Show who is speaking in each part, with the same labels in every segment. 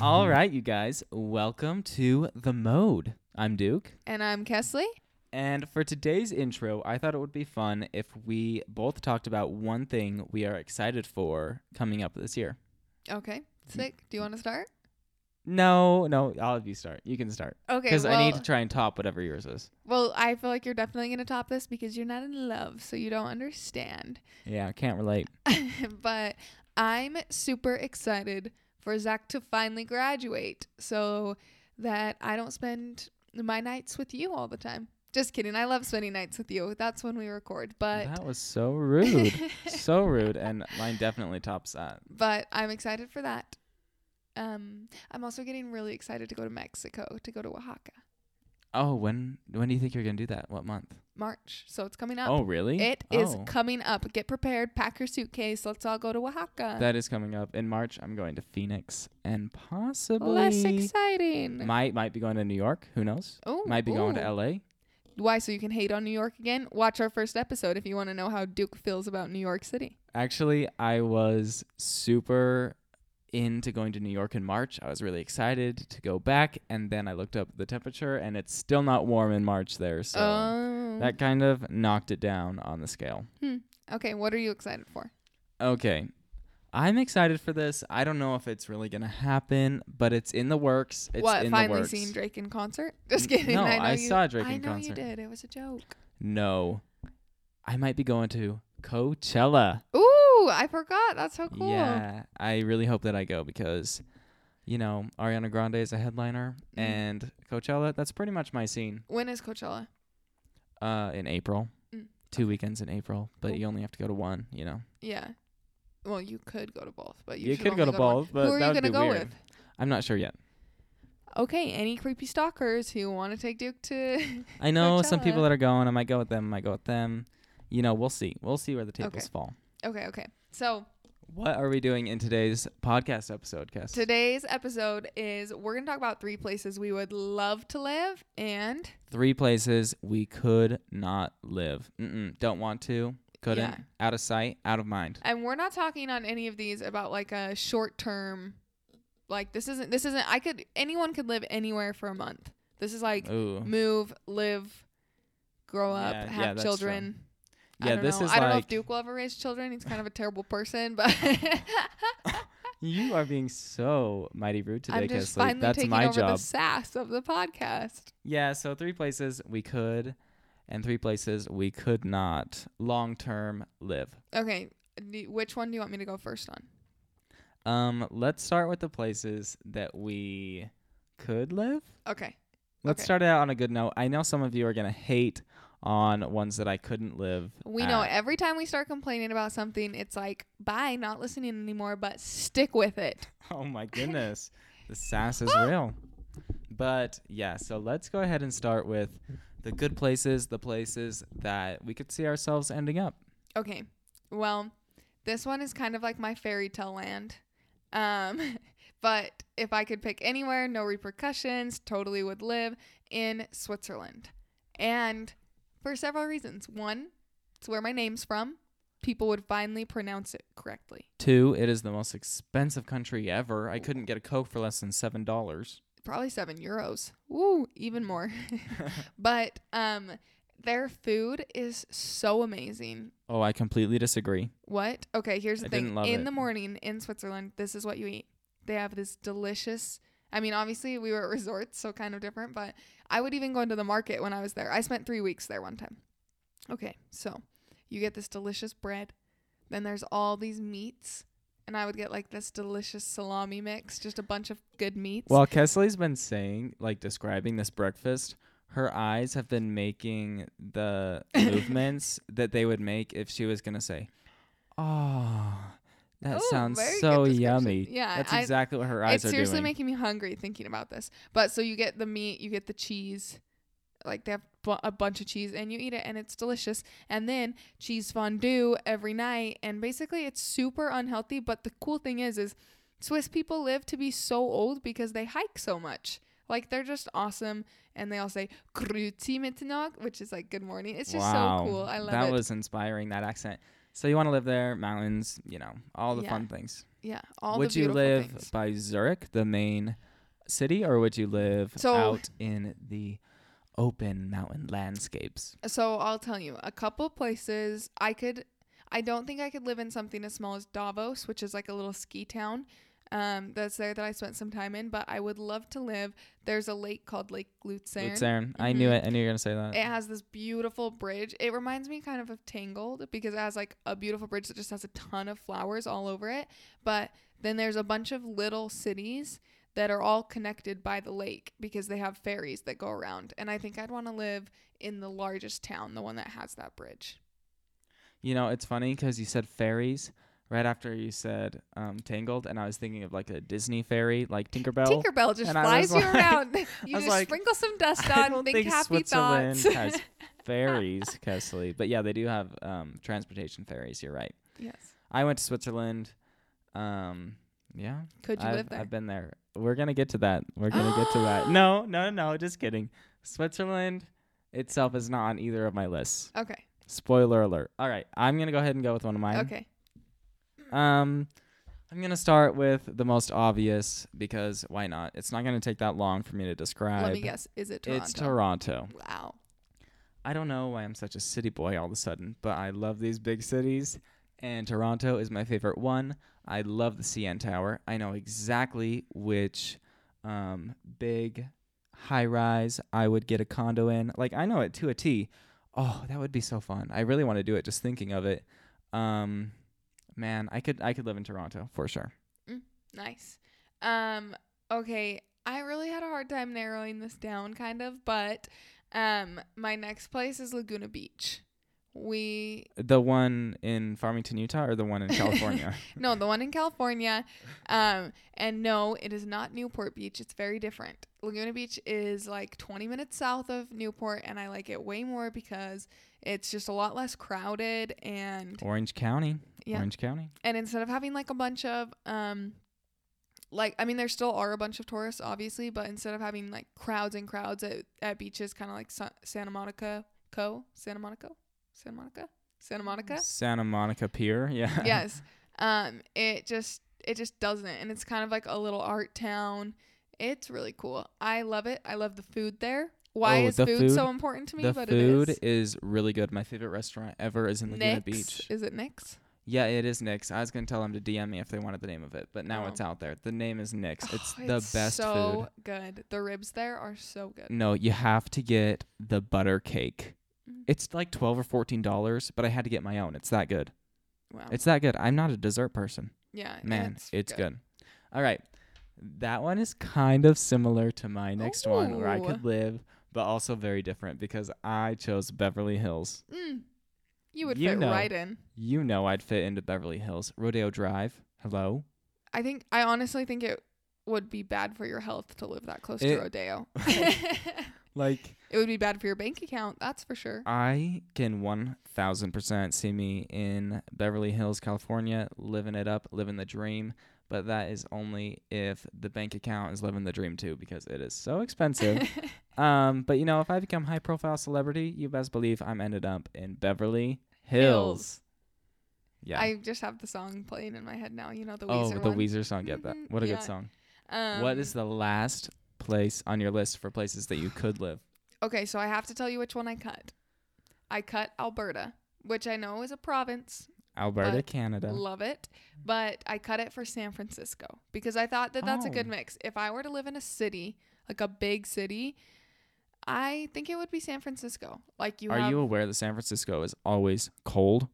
Speaker 1: All right, you guys, welcome to The Mode. I'm Duke.
Speaker 2: And I'm Kesley.
Speaker 1: And for today's intro, I thought it would be fun if we both talked about one thing we are excited for coming up this year.
Speaker 2: Okay, sick. Do you want to start?
Speaker 1: No, no, I'll have you start. You can start.
Speaker 2: Okay,
Speaker 1: Because I need
Speaker 2: well-
Speaker 1: to try and top whatever yours is.
Speaker 2: Well, I feel like you're definitely going to top this because you're not in love, so you don't understand.
Speaker 1: Yeah, I can't relate.
Speaker 2: but I'm super excited for Zach to finally graduate so that I don't spend my nights with you all the time. Just kidding. I love spending nights with you. That's when we record. But
Speaker 1: that was so rude. so rude. And mine definitely tops that.
Speaker 2: but I'm excited for that. Um, I'm also getting really excited to go to Mexico, to go to Oaxaca,
Speaker 1: Oh, when when do you think you're gonna do that? What month?
Speaker 2: March. So it's coming up.
Speaker 1: Oh, really?
Speaker 2: Uh, It is
Speaker 1: Oh.
Speaker 2: coming up. Get prepared. Pack your suitcase. Let's all go to Oaxaca.
Speaker 1: that is coming up in March. I'm going to Phoenix and possibly
Speaker 2: Less exciting.
Speaker 1: might might be going to New York. Who knows?
Speaker 2: oh,
Speaker 1: might be going
Speaker 2: ooh.
Speaker 1: to LA.
Speaker 2: Why? So you can hate on New York again? Watch our first episode if you want to know how Duke feels about New York City.
Speaker 1: Actually, I was super into going to New York in March. I was really excited to go back, and then I looked up the temperature, and it's still not warm in March there. So
Speaker 2: oh.
Speaker 1: that kind of knocked it down on the scale.
Speaker 2: okay. What are you excited for?
Speaker 1: Okay. I'm excited for this. I don't know if it's really going to happen, but it's in the works. It's
Speaker 2: what?
Speaker 1: in
Speaker 2: Finally
Speaker 1: the works.
Speaker 2: seeing Drake in concert? Just
Speaker 1: N-
Speaker 2: kidding.
Speaker 1: no,
Speaker 2: I, know
Speaker 1: I
Speaker 2: you,
Speaker 1: saw Drake
Speaker 2: I
Speaker 1: in
Speaker 2: know
Speaker 1: concert.
Speaker 2: you did. It was a joke.
Speaker 1: no. I might be going to Coachella.
Speaker 2: Ooh, I forgot. That's so Oh, cool.
Speaker 1: Yeah, I really hope that I go because, you know, Ariana Grande is a headliner,
Speaker 2: Mm.
Speaker 1: and Coachella. That's pretty much my scene.
Speaker 2: When is Coachella?
Speaker 1: Uh, in April,
Speaker 2: Mm,
Speaker 1: two weekends in April, but
Speaker 2: Cool.
Speaker 1: you only have to go to one. You know,
Speaker 2: Yeah. Well, you could go to both, but you,
Speaker 1: You
Speaker 2: should
Speaker 1: could go
Speaker 2: only
Speaker 1: to
Speaker 2: one.
Speaker 1: both, but
Speaker 2: who are
Speaker 1: that
Speaker 2: you
Speaker 1: would be
Speaker 2: gonna go
Speaker 1: weird.
Speaker 2: with?
Speaker 1: I'm not sure yet.
Speaker 2: Okay, any creepy stalkers who want to take Duke to
Speaker 1: I know some people
Speaker 2: Coachella.
Speaker 1: that are going. I might go with them. I might go with them. You know, we'll see. We'll see where the tables
Speaker 2: Okay.
Speaker 1: fall.
Speaker 2: Okay, okay. So
Speaker 1: What are we doing in today's podcast episode, Cass?
Speaker 2: today's episode is we're gonna talk about three places we would love to live and
Speaker 1: Three places we could not live. Mm-mm, don't want to. Couldn't.
Speaker 2: Yeah.
Speaker 1: Out of sight. Out of mind.
Speaker 2: and we're not talking on any of these about like a short term like this isn't this isn't I could anyone could live anywhere for a month. This is like
Speaker 1: Ooh.
Speaker 2: move, live, grow up,
Speaker 1: Oh. Yeah, yeah,
Speaker 2: have
Speaker 1: that's true.
Speaker 2: children. I
Speaker 1: Yeah,
Speaker 2: don't
Speaker 1: this
Speaker 2: know.
Speaker 1: is
Speaker 2: I don't know if
Speaker 1: like-
Speaker 2: Duke will ever raise children. He's kind of a terrible person, but
Speaker 1: You are being so mighty rude today,
Speaker 2: I'm just
Speaker 1: Kesley.
Speaker 2: finally
Speaker 1: That's
Speaker 2: taking
Speaker 1: my
Speaker 2: over the
Speaker 1: job.
Speaker 2: sass of the podcast.
Speaker 1: Yeah, so three places we could and three places we could not long term live.
Speaker 2: Okay, do- which one do you want me to go first on?
Speaker 1: Um, let's start with the places that we could live.
Speaker 2: Okay.
Speaker 1: Let's
Speaker 2: Okay.
Speaker 1: start it out on a good note. I know some of you are gonna hate on ones that I couldn't live.
Speaker 2: We know
Speaker 1: at.
Speaker 2: every time we start complaining about something, it's like, bye, not listening anymore, but stick with it.
Speaker 1: Oh my goodness. the sass is real. But yeah, so let's go ahead and start with the good places, the places that we could see ourselves ending up.
Speaker 2: Okay. Well, this one is kind of like my fairy tale land. Um, but if I could pick anywhere, no repercussions, totally would live in Switzerland. And for several reasons. One, it's where my name's from. People would finally pronounce it correctly.
Speaker 1: Two, it is the most expensive country ever. I couldn't get a Coke for less than seven dollars.
Speaker 2: probably seven euros. Woo, even more. but um, their food is so amazing.
Speaker 1: Oh, I completely disagree.
Speaker 2: What? Okay, here's the
Speaker 1: I
Speaker 2: thing.
Speaker 1: didn't love
Speaker 2: in
Speaker 1: it.
Speaker 2: the morning in Switzerland, this is what you eat. They have this delicious. I mean, obviously we were at resorts, so kind of different. But I would even go into the market when I was there. I spent three weeks there one time. Okay, so you get this delicious bread. Then there's all these meats. And I would get like this delicious salami mix, just a bunch of good meats.
Speaker 1: While Kesley's been saying, like describing this breakfast, her eyes have been making the movements that they would make if she was gonna say, Oh, that
Speaker 2: Oh,
Speaker 1: sounds
Speaker 2: very good
Speaker 1: so
Speaker 2: description."
Speaker 1: yummy.
Speaker 2: Yeah,
Speaker 1: That's
Speaker 2: I-
Speaker 1: exactly what her eyes
Speaker 2: it's
Speaker 1: are
Speaker 2: seriously
Speaker 1: doing.
Speaker 2: making me hungry thinking about this. But so you get the meat, you get the cheese, like they have bu- a bunch of cheese, and you eat it, and it's delicious. And then cheese fondue every night, and basically it's super unhealthy. But the cool thing is, is Swiss people live to be so old because they hike so much. Like they're just awesome, and they all say "Grüezi maintenant," which is like "Good morning." It's just so cool. I love
Speaker 1: that
Speaker 2: it.
Speaker 1: was inspiring. That accent. So you want to live there, mountains, you know, all the
Speaker 2: Yeah.
Speaker 1: fun things.
Speaker 2: yeah, all
Speaker 1: would you
Speaker 2: the beautiful
Speaker 1: live
Speaker 2: things.
Speaker 1: by Zurich, the main city, or would you live
Speaker 2: So-
Speaker 1: out in the open mountain landscapes?
Speaker 2: So I'll tell you a couple places I could. I don't think I could live in something as small as Davos, which is like a little ski town um, that's there that I spent some time in. But I would love to live. There's a lake called Lake Lucerne.
Speaker 1: Lucerne. I knew
Speaker 2: Mhm.
Speaker 1: it. I knew you were gonna say that.
Speaker 2: It has this beautiful bridge. It reminds me kind of of Tangled because it has like a beautiful bridge that just has a ton of flowers all over it. But then there's a bunch of little cities that are all connected by the lake because they have ferries that go around. And I think I'd want to live in the largest town, the one that has that bridge.
Speaker 1: You know, it's funny because you said fairies right after you said um, Tangled, and I was thinking of like a Disney fairy, like Tinkerbell.
Speaker 2: Tinkerbell just
Speaker 1: and I
Speaker 2: flies you
Speaker 1: was like-
Speaker 2: around. you
Speaker 1: was
Speaker 2: just
Speaker 1: like,
Speaker 2: sprinkle some dust
Speaker 1: I
Speaker 2: on,
Speaker 1: don't
Speaker 2: think,
Speaker 1: think
Speaker 2: happy
Speaker 1: Switzerland
Speaker 2: thoughts.
Speaker 1: has fairies, Kesley. But yeah, they do have um, transportation ferries. You're right.
Speaker 2: yes.
Speaker 1: I went to Switzerland. Um, yeah,
Speaker 2: Could you
Speaker 1: I've,
Speaker 2: live there?
Speaker 1: I've been there. We're gonna get to that. We're gonna get to that. No, no, no. Just kidding. Switzerland itself is not on either of my lists.
Speaker 2: okay.
Speaker 1: Spoiler alert. All right, I'm gonna go ahead and go with one of mine.
Speaker 2: Okay.
Speaker 1: Um, I'm gonna start with the most obvious because why not? It's not gonna take that long for me to describe.
Speaker 2: Let me guess. Is it Toronto?
Speaker 1: It's Toronto.
Speaker 2: Wow.
Speaker 1: I don't know why I'm such a city boy all of a sudden, but I love these big cities, and Toronto is my favorite one. I love the CN Tower. I know exactly which um, big high rise I would get a condo in. Like, I know it to a T. Oh, that would be so fun. I really want to do it just thinking of it. Um, man, I could I could live in Toronto for sure.
Speaker 2: Nice. Um, okay, I really had a hard time narrowing this down kind of, but um my next place is Laguna Beach. We
Speaker 1: The one in Farmington, Utah, or the one in California?
Speaker 2: no, the one in California. Um and no, it is not Newport Beach. It's very different. Laguna Beach is like 20 minutes south of Newport and I like it way more because it's just a lot less crowded and
Speaker 1: Orange County.
Speaker 2: Yeah.
Speaker 1: Orange County.
Speaker 2: and instead of having like a bunch of um like i mean there still are a bunch of tourists obviously but instead of having like crowds and crowds at, at beaches kind of like Sa- santa monica co santa monica santa monica santa monica
Speaker 1: Santa Monica Pier. Yeah.
Speaker 2: yes um it just it just doesn't and it's kind of like a little art town it's really cool i love it i love the food there why
Speaker 1: Oh,
Speaker 2: is
Speaker 1: the
Speaker 2: food,
Speaker 1: food-
Speaker 2: so important to me
Speaker 1: the
Speaker 2: but
Speaker 1: food
Speaker 2: it is
Speaker 1: really good. My favorite restaurant ever is in Laguna
Speaker 2: Nick's.
Speaker 1: Beach.
Speaker 2: is it Nick's?
Speaker 1: Yeah, it is Nick's. I was gonna tell them to DM me if they wanted the name of it, but now
Speaker 2: Oh.
Speaker 1: it's out there. The name is Nick's.
Speaker 2: Oh,
Speaker 1: it's the best
Speaker 2: so good the ribs there are so good
Speaker 1: food. No, you have to get the butter cake.
Speaker 2: Mm.
Speaker 1: It's like twelve or fourteen dollars, but I had to get my own. It's that good.
Speaker 2: wow
Speaker 1: It's that good. I'm not a dessert person.
Speaker 2: Yeah, Oh. and
Speaker 1: Man, it's, good. All right. That one is kind of similar to my next one where I
Speaker 2: Ooh.
Speaker 1: could live, but also very different because I chose Beverly Hills.
Speaker 2: Mm. You would
Speaker 1: You
Speaker 2: fit
Speaker 1: know.
Speaker 2: right in.
Speaker 1: You know I'd fit into Beverly Hills. Rodeo Drive. Hello.
Speaker 2: I think I honestly think it would be bad for your health to live that close
Speaker 1: It-
Speaker 2: to Rodeo.
Speaker 1: Like
Speaker 2: it would be bad for your bank account, that's for sure.
Speaker 1: I can 1000% see me in Beverly Hills, California, living it up, living the dream, but that is only if the bank account is living the dream too because it is so expensive. um, but you know, if I become high profile celebrity, you best believe I'm ended up in Beverly Hills.
Speaker 2: Hills.
Speaker 1: Yeah.
Speaker 2: I just have the song playing in my head now. You know the
Speaker 1: oh,
Speaker 2: Weezer
Speaker 1: the
Speaker 2: one.
Speaker 1: Weezer song. Get that.
Speaker 2: Mhm,
Speaker 1: What a
Speaker 2: yeah.
Speaker 1: good song.
Speaker 2: Um,
Speaker 1: what is the last place on your list for places that you could live?
Speaker 2: Okay, so I have to tell you which one I cut. I cut Alberta, which I know is a province.
Speaker 1: Alberta,
Speaker 2: But
Speaker 1: Canada.
Speaker 2: Love it. But I cut it for San Francisco because I thought that that's a good
Speaker 1: Oh.
Speaker 2: mix. If I were to live in a city, like a big city, I think it would be San Francisco. Like you
Speaker 1: Are
Speaker 2: have
Speaker 1: you aware that San Francisco is always cold?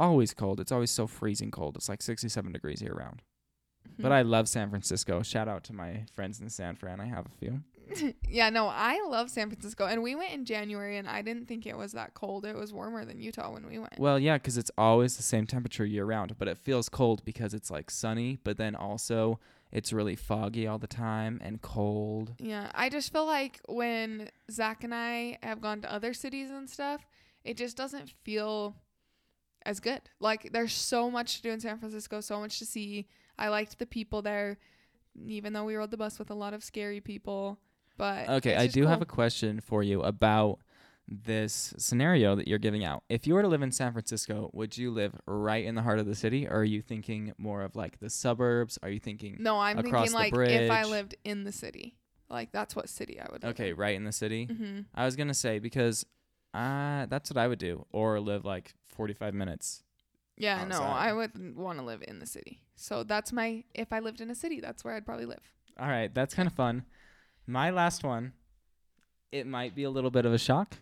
Speaker 1: Always cold. It's always so freezing cold. It's like 67 degrees year round. But
Speaker 2: Hmm.
Speaker 1: I love San Francisco. Shout out to my friends in San Fran. I have a few.
Speaker 2: Yeah, no, I love San Francisco. And we went in January and I didn't think it was that cold. It was warmer than Utah when we went.
Speaker 1: Well, yeah, 'cause it's always the same temperature year round, but it feels cold because it's like sunny, but then also it's really foggy all the time and cold.
Speaker 2: Yeah, I just feel like when Zach and I have gone to other cities and stuff, it just doesn't feel as good. Like there's so much to do in San Francisco, so much to see. I liked the people there, even though we rode the bus with a lot of scary people. But
Speaker 1: Okay,
Speaker 2: it's
Speaker 1: I
Speaker 2: just
Speaker 1: do have a
Speaker 2: cool.
Speaker 1: question for you about this scenario that you're giving out. If you were to live in San Francisco, would you live right in the heart of the city, or are you thinking more of like the suburbs? Are you thinking
Speaker 2: No, I'm
Speaker 1: across
Speaker 2: thinking
Speaker 1: the
Speaker 2: like if I
Speaker 1: bridge.
Speaker 2: lived in the city, like that's what city I would. Live
Speaker 1: okay, right in the city?
Speaker 2: Mm-hmm.
Speaker 1: I was gonna say because uh that's what I would do, or live like 45 minutes.
Speaker 2: Yeah, no,
Speaker 1: outside.
Speaker 2: I wouldn't want to live in the city. So that's my if I lived in a city, that's where I'd probably live.
Speaker 1: All right, that's kind of fun. My last one. It might be a little bit of a shock.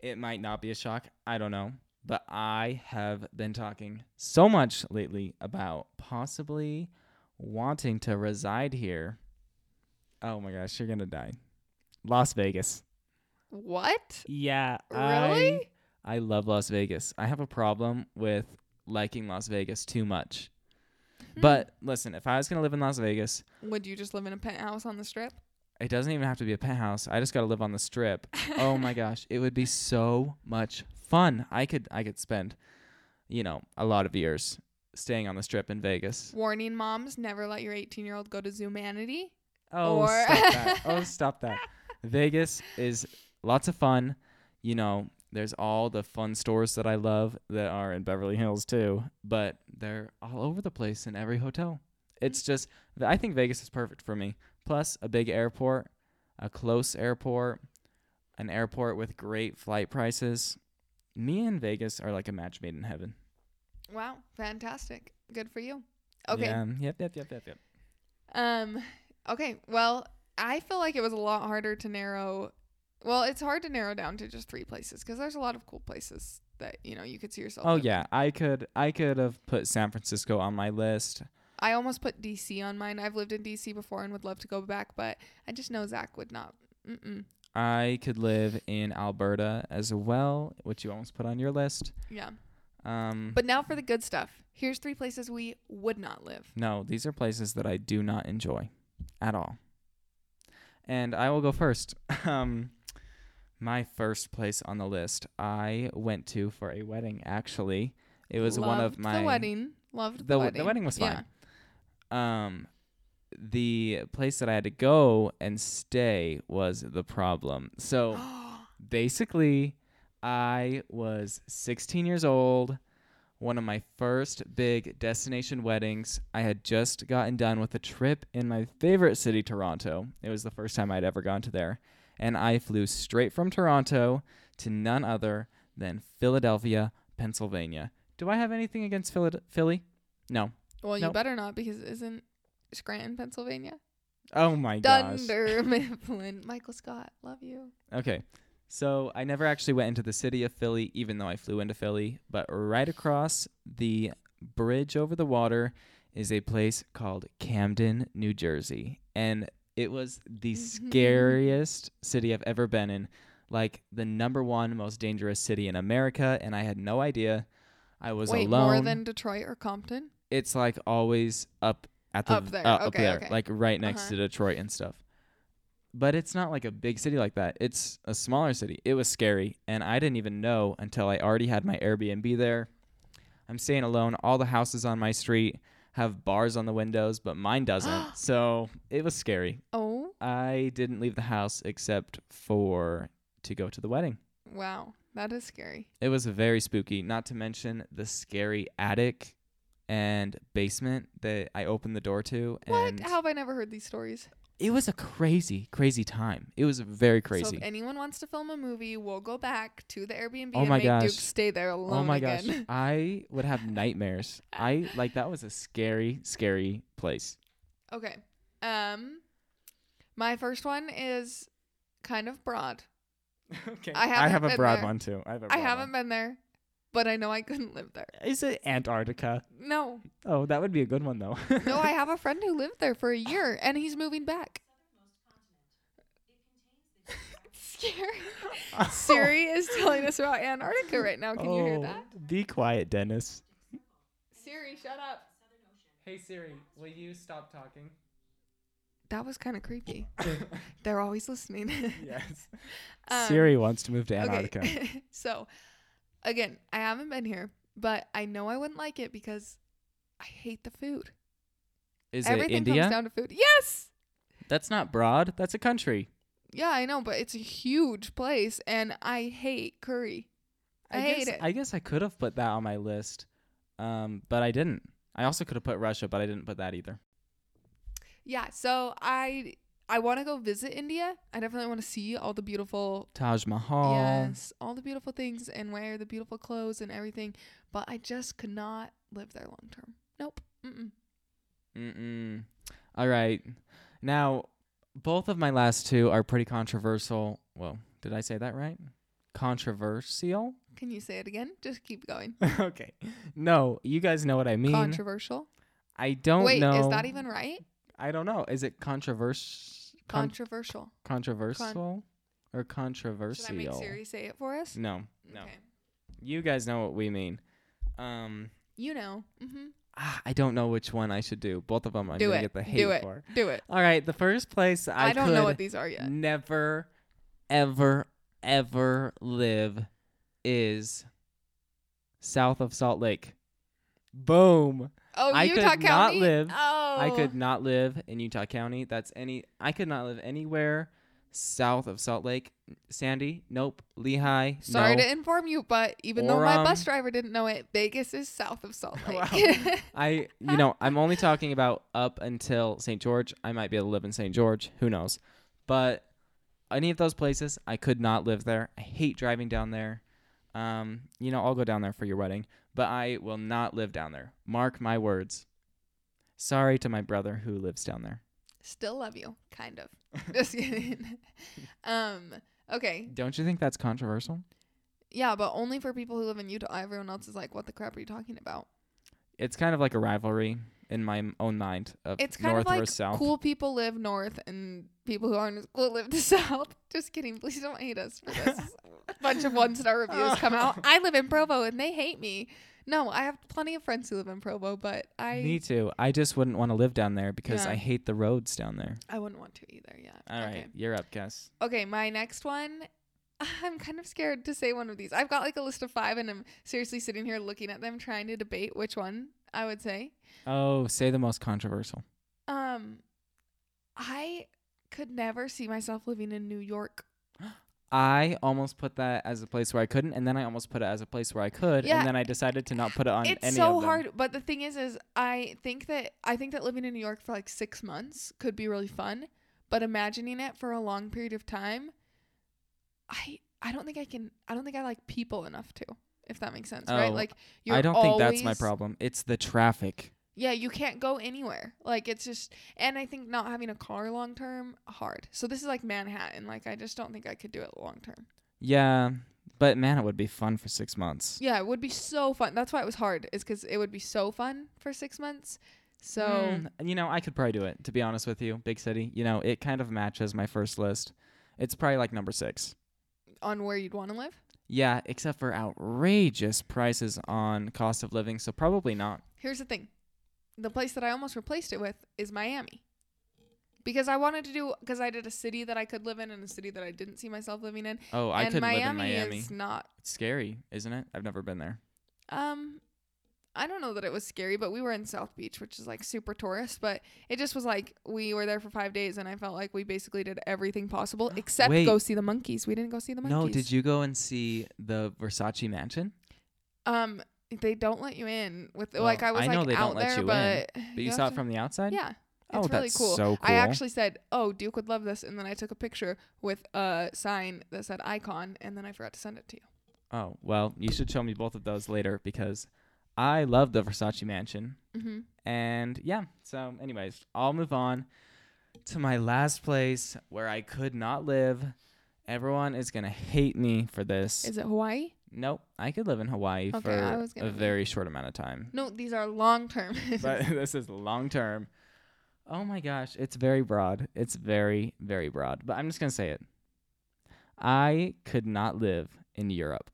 Speaker 1: It might not be a shock. I don't know. But I have been talking so much lately about possibly wanting to reside here. Oh my gosh, you're going to die. Las Vegas.
Speaker 2: What?
Speaker 1: Yeah.
Speaker 2: Really?
Speaker 1: I, I love Las Vegas. I have a problem with liking Las Vegas too much. But listen, if I was going to live in Las Vegas,
Speaker 2: Would you just live in a penthouse on the strip?
Speaker 1: it doesn't even have to be a penthouse. I just got to live on the strip. oh my gosh, it would be so much fun. I could I could spend, you know, a lot of years staying on the strip in Vegas.
Speaker 2: Warning moms, never let your 18 year old go to Zoomanity.
Speaker 1: Oh,
Speaker 2: Or-
Speaker 1: stop that. Oh, stop that. Vegas is lots of fun. You know, there's all the fun stores that I love that are in Beverly Hills too, but they're all over the place in every hotel. It's just I think Vegas is perfect for me. Plus a big airport, a close airport, an airport with great flight prices. Me and Vegas are like a match made in heaven.
Speaker 2: Wow, fantastic. Good for you. Okay.
Speaker 1: Yeah. Yep, yep, yep, yep, yep.
Speaker 2: Um okay, well, I feel like it was a lot harder to narrow well, it's hard to narrow down to just three places cuz there's a lot of cool places that, you know, you could see yourself.
Speaker 1: Oh
Speaker 2: living.
Speaker 1: yeah, I could I could have put San Francisco on my list.
Speaker 2: I almost put DC on mine. I've lived in DC before and would love to go back, but I just know Zach would not. Mm-mm.
Speaker 1: I could live in Alberta as well, which you almost put on your list.
Speaker 2: Yeah.
Speaker 1: Um,
Speaker 2: But now for the good stuff. Here's three places we would not live.
Speaker 1: no, these are places that I do not enjoy at all. And I will go first. Um, my first place on the list I went to for a wedding. Actually, it was one of
Speaker 2: Loved
Speaker 1: my
Speaker 2: the wedding. Loved the,
Speaker 1: the, w-
Speaker 2: wedding.
Speaker 1: the wedding was
Speaker 2: Yeah.
Speaker 1: fine. Um, the place that I had to go and stay was the problem. So. basically i was 16 years old one of my first big destination weddings i had just gotten done with a trip in my favorite city toronto it was the first time i'd ever gone to there and i flew straight from toronto to none other than philadelphia pennsylvania do i have anything against Phila- philly no
Speaker 2: well, you
Speaker 1: Nope.
Speaker 2: better not because isn't Scranton, Pennsylvania?
Speaker 1: oh my gosh
Speaker 2: Dunder Mifflin. Michael Scott, love you.
Speaker 1: Okay. So I never actually went into the city of Philly, even though I flew into Philly. But right across the bridge over the water is a place called Camden, New Jersey. And it was the
Speaker 2: Mm-hmm.
Speaker 1: scariest city I've ever been in. Like the number one most dangerous city in America. And I had no idea. I was
Speaker 2: Wait,
Speaker 1: alone.
Speaker 2: more than Detroit or Compton?
Speaker 1: it's like always up at the
Speaker 2: Up there.
Speaker 1: uh, up
Speaker 2: Okay,
Speaker 1: there,
Speaker 2: okay.
Speaker 1: like right next
Speaker 2: Uh-huh.
Speaker 1: to Detroit and stuff. But it's not like a big city like that. It's a smaller city. It was scary, and I didn't even know until I already had my Airbnb there. I'm staying alone. All the houses on my street have bars on the windows, but mine doesn't. so it was scary.
Speaker 2: Oh,
Speaker 1: I didn't leave the house except for to go to the wedding.
Speaker 2: wow. That is scary.
Speaker 1: It was very spooky, not to mention the scary attic and basement that I opened the door to.
Speaker 2: What?
Speaker 1: And
Speaker 2: How have I never heard these stories?
Speaker 1: It was a crazy, crazy time. It was very
Speaker 2: So
Speaker 1: crazy.
Speaker 2: if anyone wants to film a movie, we'll go back to the Airbnb
Speaker 1: Oh
Speaker 2: and
Speaker 1: my
Speaker 2: make
Speaker 1: gosh.
Speaker 2: Duke stay there alone
Speaker 1: oh my
Speaker 2: again.
Speaker 1: gosh. I would have nightmares. I like that was a scary, scary place.
Speaker 2: Okay. Um my first one is kind of broad.
Speaker 1: okay.
Speaker 2: I
Speaker 1: I have a
Speaker 2: haven't been
Speaker 1: broad
Speaker 2: there.
Speaker 1: one too. I, have a broad
Speaker 2: I haven't been there, but I know I couldn't live there.
Speaker 1: One. Is it Antarctica?
Speaker 2: No.
Speaker 1: Oh, that would be a good one though.
Speaker 2: No, I have a friend who lived there for a year and he's moving back. Scary. Siri is telling us about Antarctica right now. Can you
Speaker 1: Oh.
Speaker 2: hear that?
Speaker 1: Be quiet, Dennis.
Speaker 2: Siri, shut up.
Speaker 1: Hey Siri, will you stop talking?
Speaker 2: That was kind of creepy. They're always listening.
Speaker 1: yes.
Speaker 2: Um,
Speaker 1: Siri wants to move to Antarctica.
Speaker 2: Okay. so, again, I haven't been here, but I know I wouldn't like it because I hate the food.
Speaker 1: Is
Speaker 2: Everything
Speaker 1: it India?
Speaker 2: comes down to food. Yes.
Speaker 1: That's not broad. That's a country.
Speaker 2: Yeah, I know, but it's a huge place and I hate curry. I, hate
Speaker 1: guess,
Speaker 2: it.
Speaker 1: I guess I could have put that on my list, um, but I didn't. I also could have put Russia, but I didn't put that either.
Speaker 2: yeah, so I I want to go visit India. I definitely want to see all the beautiful
Speaker 1: Taj Mahal.
Speaker 2: yes, all the beautiful things and wear the beautiful clothes and everything, but I just could not live there long term. Nope. Mm-mm.
Speaker 1: Mm-mm. All right. Now, both of my last two are pretty controversial. Well, did I say that right? Controversial?
Speaker 2: Can you say it again? Just keep going.
Speaker 1: okay. No, you guys know what I mean.
Speaker 2: Controversial.
Speaker 1: I don't
Speaker 2: Wait,
Speaker 1: know.
Speaker 2: is that e- even right?
Speaker 1: I don't know. Is it controvers- con-
Speaker 2: Controversial.
Speaker 1: controversial or
Speaker 2: Should I make
Speaker 1: controversial?
Speaker 2: Siri say it for us?
Speaker 1: No, no.
Speaker 2: Okay.
Speaker 1: You guys know what we mean. Um,
Speaker 2: You know. Mm-hmm.
Speaker 1: ah, I don't know which one I should do. Both of them I'm
Speaker 2: Do
Speaker 1: gonna
Speaker 2: it.
Speaker 1: get the hate
Speaker 2: Do it.
Speaker 1: for.
Speaker 2: Do it.
Speaker 1: All right, the first place I,
Speaker 2: I, don't
Speaker 1: could
Speaker 2: know what uh, these are yet.
Speaker 1: never, ever, ever live is south of Salt Lake. Boom.
Speaker 2: Oh,
Speaker 1: I
Speaker 2: Utah
Speaker 1: could not
Speaker 2: County.
Speaker 1: live-
Speaker 2: Oh,
Speaker 1: I could not live in Utah County. That's any. I could not live anywhere south of Salt Lake. Sandy, nope. Lehigh,
Speaker 2: Sorry
Speaker 1: no.
Speaker 2: to inform you, but even though my
Speaker 1: Orem.
Speaker 2: bus driver didn't know it, Vegas is south of Salt Lake.
Speaker 1: Wow. I, you know, I'm only talking about up until St. George. I might be able to live in St. George. Who knows? But any of those places, I could not live there. I hate driving down there. Um, you know, I'll go down there for your wedding, but I will not live down there. Mark my words. Sorry to my brother who lives down there.
Speaker 2: Still love you, kind of. Just kidding. um. Okay.
Speaker 1: Don't you think that's controversial?
Speaker 2: Yeah, but only for people who live in Utah. Everyone else is like, "What the crap are you talking about?"
Speaker 1: It's kind of like a rivalry in my m- own mind of
Speaker 2: It's kind
Speaker 1: north
Speaker 2: of like
Speaker 1: versus south.
Speaker 2: cool people live north and people who aren't as cool live the south. Just kidding. Please don't hate us for this. bunch of one star reviews come out. I live in Provo and they hate me. No, I have plenty of friends who live in Provo, but I
Speaker 1: Me too. I just wouldn't want to live down there because
Speaker 2: Yeah.
Speaker 1: I hate the roads down there.
Speaker 2: I wouldn't want to either. Yeah.
Speaker 1: All
Speaker 2: okay.
Speaker 1: you're up, Cass.
Speaker 2: Okay, my next one. I'm kind of scared to say one of these. I've got like a list of five, and I'm seriously sitting here looking at them, trying to debate which one I would say.
Speaker 1: Oh, say the most controversial.
Speaker 2: Um, I could never see myself living in New York.
Speaker 1: I almost put that as a place where I couldn't, and then I almost put it as a place where I could,
Speaker 2: Yeah.
Speaker 1: and then I decided to not put it on
Speaker 2: it's
Speaker 1: any of
Speaker 2: so
Speaker 1: them.
Speaker 2: hard, but the thing is, is I think that I think that living in New York for like six months could be really fun, but imagining it for a long period of time, I I don't think I can. I don't think I like people enough to, if that makes sense, right?
Speaker 1: Oh,
Speaker 2: Like you're
Speaker 1: I don't think that's my
Speaker 2: always-
Speaker 1: problem. It's the traffic.
Speaker 2: Yeah, you can't go anywhere. Like it's just and I think not having a car long term hard. So this is like Manhattan. Like I just don't think I could do it long term.
Speaker 1: Yeah, but man, it would be fun for six months.
Speaker 2: Yeah, it would be so fun. That's why it was hard. Is cuz it would be so fun for 6 months. So
Speaker 1: Mm, you know, I could probably do it. To be honest with you, big city. You know, it kind of matches my first list. It's probably like number six.
Speaker 2: on where you'd want to live.
Speaker 1: Yeah, except for outrageous prices on cost of living, so probably not.
Speaker 2: Here's the thing. The place that I almost replaced it with is Miami. Because I wanted to do cuz I did a city that I could live in and a city that I didn't see myself living in.
Speaker 1: Oh, I
Speaker 2: and
Speaker 1: couldn't
Speaker 2: Miami
Speaker 1: live in Miami.
Speaker 2: is not
Speaker 1: It's scary, isn't it? I've never been there.
Speaker 2: Um, I don't know that it was scary, but we were in South Beach, which is like super tourist. But it just was like we were there for five days, and I felt like we basically did everything possible except
Speaker 1: Wait.
Speaker 2: go see the monkeys. We didn't go see the monkeys.
Speaker 1: No, did you go and see the Versace mansion?
Speaker 2: Um, they don't let you in with like
Speaker 1: Well,
Speaker 2: I was
Speaker 1: I
Speaker 2: like
Speaker 1: know they don't
Speaker 2: out
Speaker 1: let
Speaker 2: there,
Speaker 1: you in,
Speaker 2: but
Speaker 1: But you, saw
Speaker 2: have
Speaker 1: it from the outside?
Speaker 2: to- yeah.
Speaker 1: Oh,
Speaker 2: It's really
Speaker 1: that's
Speaker 2: cool.
Speaker 1: so
Speaker 2: I
Speaker 1: cool.
Speaker 2: actually said, "Oh, Duke would love this," and then I took a picture with a sign that said "Icon," and then I forgot to send it to you.
Speaker 1: Oh, well, you should show me both of those later because I love the Versace mansion.
Speaker 2: Mm-hmm.
Speaker 1: And yeah, so anyways, I'll move on to my last place where I could not live. Everyone is going to hate me for this.
Speaker 2: Is it Hawaii?
Speaker 1: nope, I could live in Hawaii
Speaker 2: Okay, I
Speaker 1: for
Speaker 2: was
Speaker 1: a
Speaker 2: gonna be-
Speaker 1: very short amount of time.
Speaker 2: No, these are long term.
Speaker 1: but this is long term. Oh my gosh, it's very broad. It's very, very broad. But I'm just going to say it. I could not live in Europe.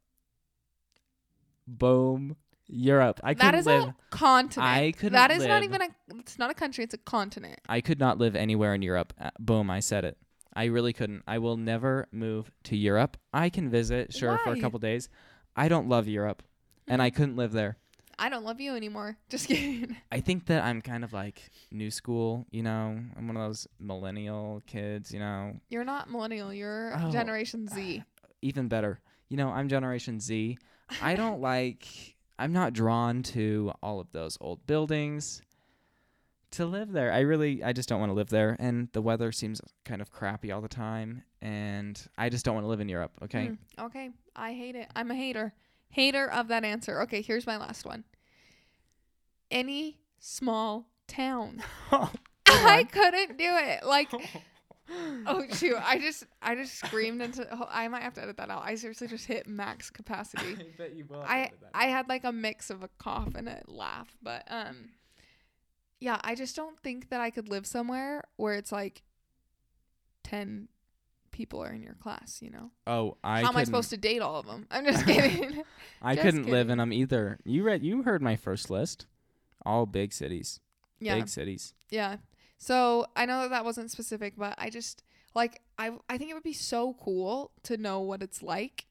Speaker 1: Boom. Europe. I
Speaker 2: That
Speaker 1: couldn't
Speaker 2: is
Speaker 1: live.
Speaker 2: a continent.
Speaker 1: I couldn't
Speaker 2: That is not
Speaker 1: live-
Speaker 2: even a. It's not a country. It's a continent.
Speaker 1: I could not live anywhere in Europe. Uh, boom, I said it. I really couldn't. I will never move to Europe. I can visit, sure, for
Speaker 2: Why? Hmm.
Speaker 1: a couple days. I don't love Europe, and I couldn't live there.
Speaker 2: I don't love you anymore. Just kidding.
Speaker 1: I think that I'm kind of like new school, you know. I'm one of those millennial kids, you know.
Speaker 2: You're not millennial. You're
Speaker 1: Oh.
Speaker 2: Generation Z.
Speaker 1: Even better, you know, I'm Generation Z. I don't like. I'm not drawn to all of those old buildings. To live there, I really, I just don't want to live there, and the weather seems kind of crappy all the time, and I just don't want to live in Europe. Okay,
Speaker 2: Mm, okay. I hate it. I'm a hater. Hater of that answer. Okay, here's my last one. Any small town. I couldn't do it. Like
Speaker 1: Hmm.
Speaker 2: oh shoot. I just I just screamed into oh, I might have to edit that out. I seriously just hit max capacity.
Speaker 1: bet you will.
Speaker 2: I I had like a mix of a cough and a laugh, but um yeah, I just don't think that I could live somewhere where it's like 10 people are in your class, you know.
Speaker 1: oh, I.
Speaker 2: How am I
Speaker 1: couldn't-
Speaker 2: supposed to date all of them? I'm just kidding.
Speaker 1: I
Speaker 2: Just
Speaker 1: couldn't live
Speaker 2: kidding.
Speaker 1: in them either. You read, you heard my first list, all big cities,
Speaker 2: yeah,
Speaker 1: big cities.
Speaker 2: yeah. So I know that that wasn't specific, but I just like I I think it would be so cool to know what it's like.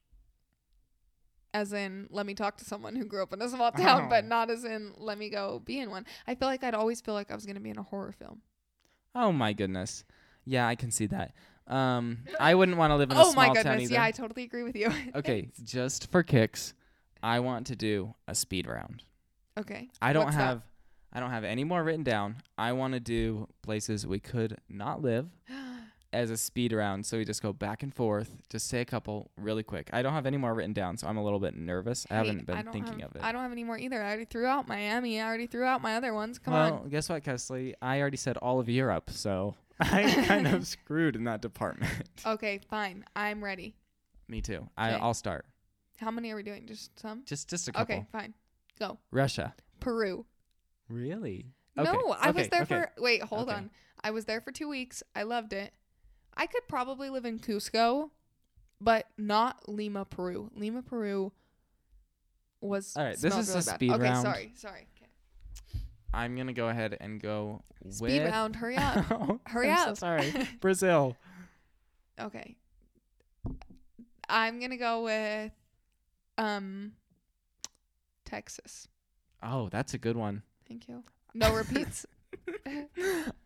Speaker 2: As in, let me talk to someone who grew up in a small town, but
Speaker 1: Oh.
Speaker 2: not as in, let me go be in one. I feel like I'd always feel like I was gonna be in a horror film.
Speaker 1: Oh my goodness, yeah, I can see that. Um, I wouldn't want to live in a
Speaker 2: Oh
Speaker 1: small
Speaker 2: my
Speaker 1: town
Speaker 2: goodness!
Speaker 1: either.
Speaker 2: Yeah, I totally agree with you.
Speaker 1: okay, just for kicks, I want to do a speed round.
Speaker 2: okay.
Speaker 1: I don't
Speaker 2: What's that?
Speaker 1: have, I don't have any more written down. I want to do places we could not live as a speed round. So we just go back and forth. Just say a couple really quick. I don't have any more written down, so I'm a little bit nervous. I
Speaker 2: Hey,
Speaker 1: haven't been
Speaker 2: don't
Speaker 1: thinking
Speaker 2: have-
Speaker 1: of it.
Speaker 2: I don't have any more either. I already threw out Miami. I already threw out my other ones. Come on.
Speaker 1: well, guess what, Kesley? I already said all of Europe, so I'm kind of screwed in that department.
Speaker 2: Okay, fine. I'm ready.
Speaker 1: Me too. I,
Speaker 2: Okay.
Speaker 1: I'll start.
Speaker 2: How many are we doing? Just some?
Speaker 1: Just just a couple.
Speaker 2: Okay, fine. Go.
Speaker 1: Russia.
Speaker 2: Peru.
Speaker 1: Really?
Speaker 2: no, I was
Speaker 1: okay,
Speaker 2: there
Speaker 1: okay.
Speaker 2: for wait, hold
Speaker 1: Okay.
Speaker 2: on. I was there for two weeks. I loved it. I could probably live in Cusco, but not Lima, Peru. Lima, Peru was
Speaker 1: All right, this
Speaker 2: smelled
Speaker 1: is a
Speaker 2: really bad.
Speaker 1: speed
Speaker 2: okay,
Speaker 1: round.
Speaker 2: sorry, sorry. Okay.
Speaker 1: I'm gonna go ahead and go with.
Speaker 2: Speed round, hurry up. Hurry
Speaker 1: I'm So
Speaker 2: up.
Speaker 1: sorry. Brazil.
Speaker 2: okay. I'm gonna go with um Texas.
Speaker 1: Oh, that's a good one.
Speaker 2: Thank you. No repeats.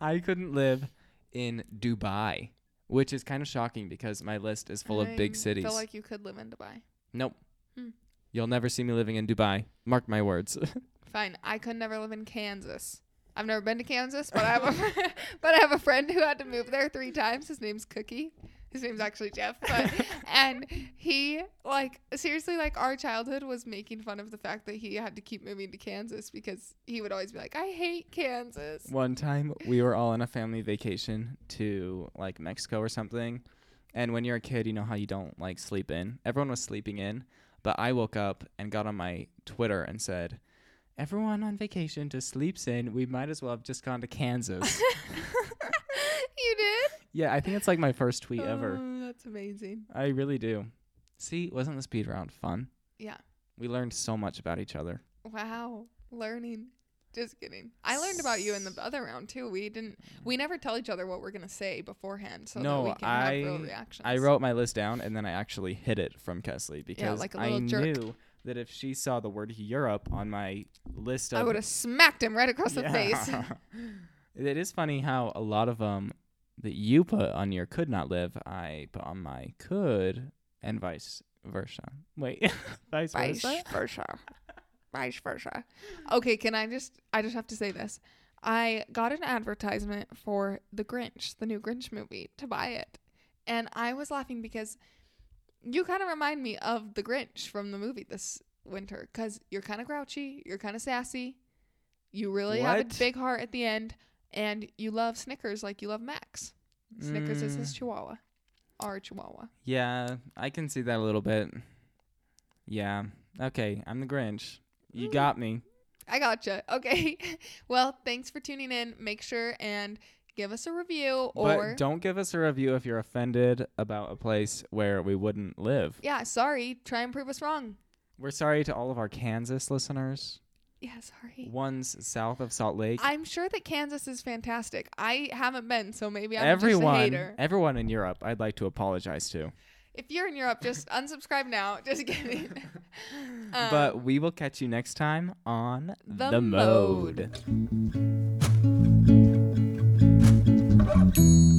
Speaker 1: I couldn't live in Dubai, which is kind of shocking because my list is full of
Speaker 2: I
Speaker 1: big cities.
Speaker 2: feel like you could live in Dubai.
Speaker 1: nope.
Speaker 2: Hmm.
Speaker 1: You'll never see me living in Dubai. Mark my words.
Speaker 2: Fine. I could never live in Kansas. I've never been to Kansas, but I have a fr- but I have a friend who had to move there three times. His name's Cookie. His name's actually Jeff, but and he like seriously like our childhood was making fun of the fact that he had to keep moving to Kansas because he would always be like, "I hate Kansas."
Speaker 1: One time we were all on a family vacation to like Mexico or something. And when you're a kid, you know how you don't like sleep in. Everyone was sleeping in, but I woke up and got on my Twitter and said, Everyone on vacation just sleeps in. We might as well have just gone to Kansas.
Speaker 2: you did?
Speaker 1: yeah, I think it's like my first tweet ever.
Speaker 2: Oh, that's amazing.
Speaker 1: I really do. See, wasn't the speed round fun?
Speaker 2: Yeah.
Speaker 1: We learned so much about each other.
Speaker 2: Wow, learning. Just kidding. I learned about you in the other round too. We didn't. We never tell each other what we're gonna say beforehand, so
Speaker 1: No,
Speaker 2: that we can have real
Speaker 1: I-
Speaker 2: reactions.
Speaker 1: I wrote my list down and then I actually hid it from Kesley because
Speaker 2: like a
Speaker 1: I
Speaker 2: little jerk.
Speaker 1: knew that if she saw the word Europe on my list of
Speaker 2: I would have smacked him right across the face.
Speaker 1: it is funny how a lot of um that you put on your could not live, I put on my could and vice versa. Wait, vice
Speaker 2: Vice
Speaker 1: versa.
Speaker 2: versa. Vice versa. Okay, can I just? I just have to say this. I got an advertisement for The Grinch, the new Grinch movie, to buy it, and I was laughing because you kind of remind me of the Grinch from the movie this winter. Cause you're kind of grouchy, you're kind of sassy, you really have
Speaker 1: What?
Speaker 2: a big heart at the end, and you love Snickers like you love Max. Snickers is his
Speaker 1: Mm,
Speaker 2: Chihuahua, our Chihuahua.
Speaker 1: Yeah, I can see that a little bit. Yeah. Okay, I'm the Grinch. You
Speaker 2: Mm.
Speaker 1: got me.
Speaker 2: I gotcha. Okay. well, thanks for tuning in. Make sure and give us a review or
Speaker 1: but don't give us a review if you're offended about a place where we wouldn't live.
Speaker 2: yeah, sorry. Try and prove us wrong.
Speaker 1: We're sorry to all of our Kansas listeners.
Speaker 2: Yeah, sorry.
Speaker 1: One's south of Salt Lake.
Speaker 2: I'm sure that Kansas is fantastic. I haven't been, so maybe I'm just a
Speaker 1: everyone,
Speaker 2: hater.
Speaker 1: everyone in Europe, I'd like to apologize to.
Speaker 2: if you're in Europe, just unsubscribe now. Just kidding. Um,
Speaker 1: but we will catch you next time on
Speaker 2: The
Speaker 1: the
Speaker 2: Mode.
Speaker 1: mode.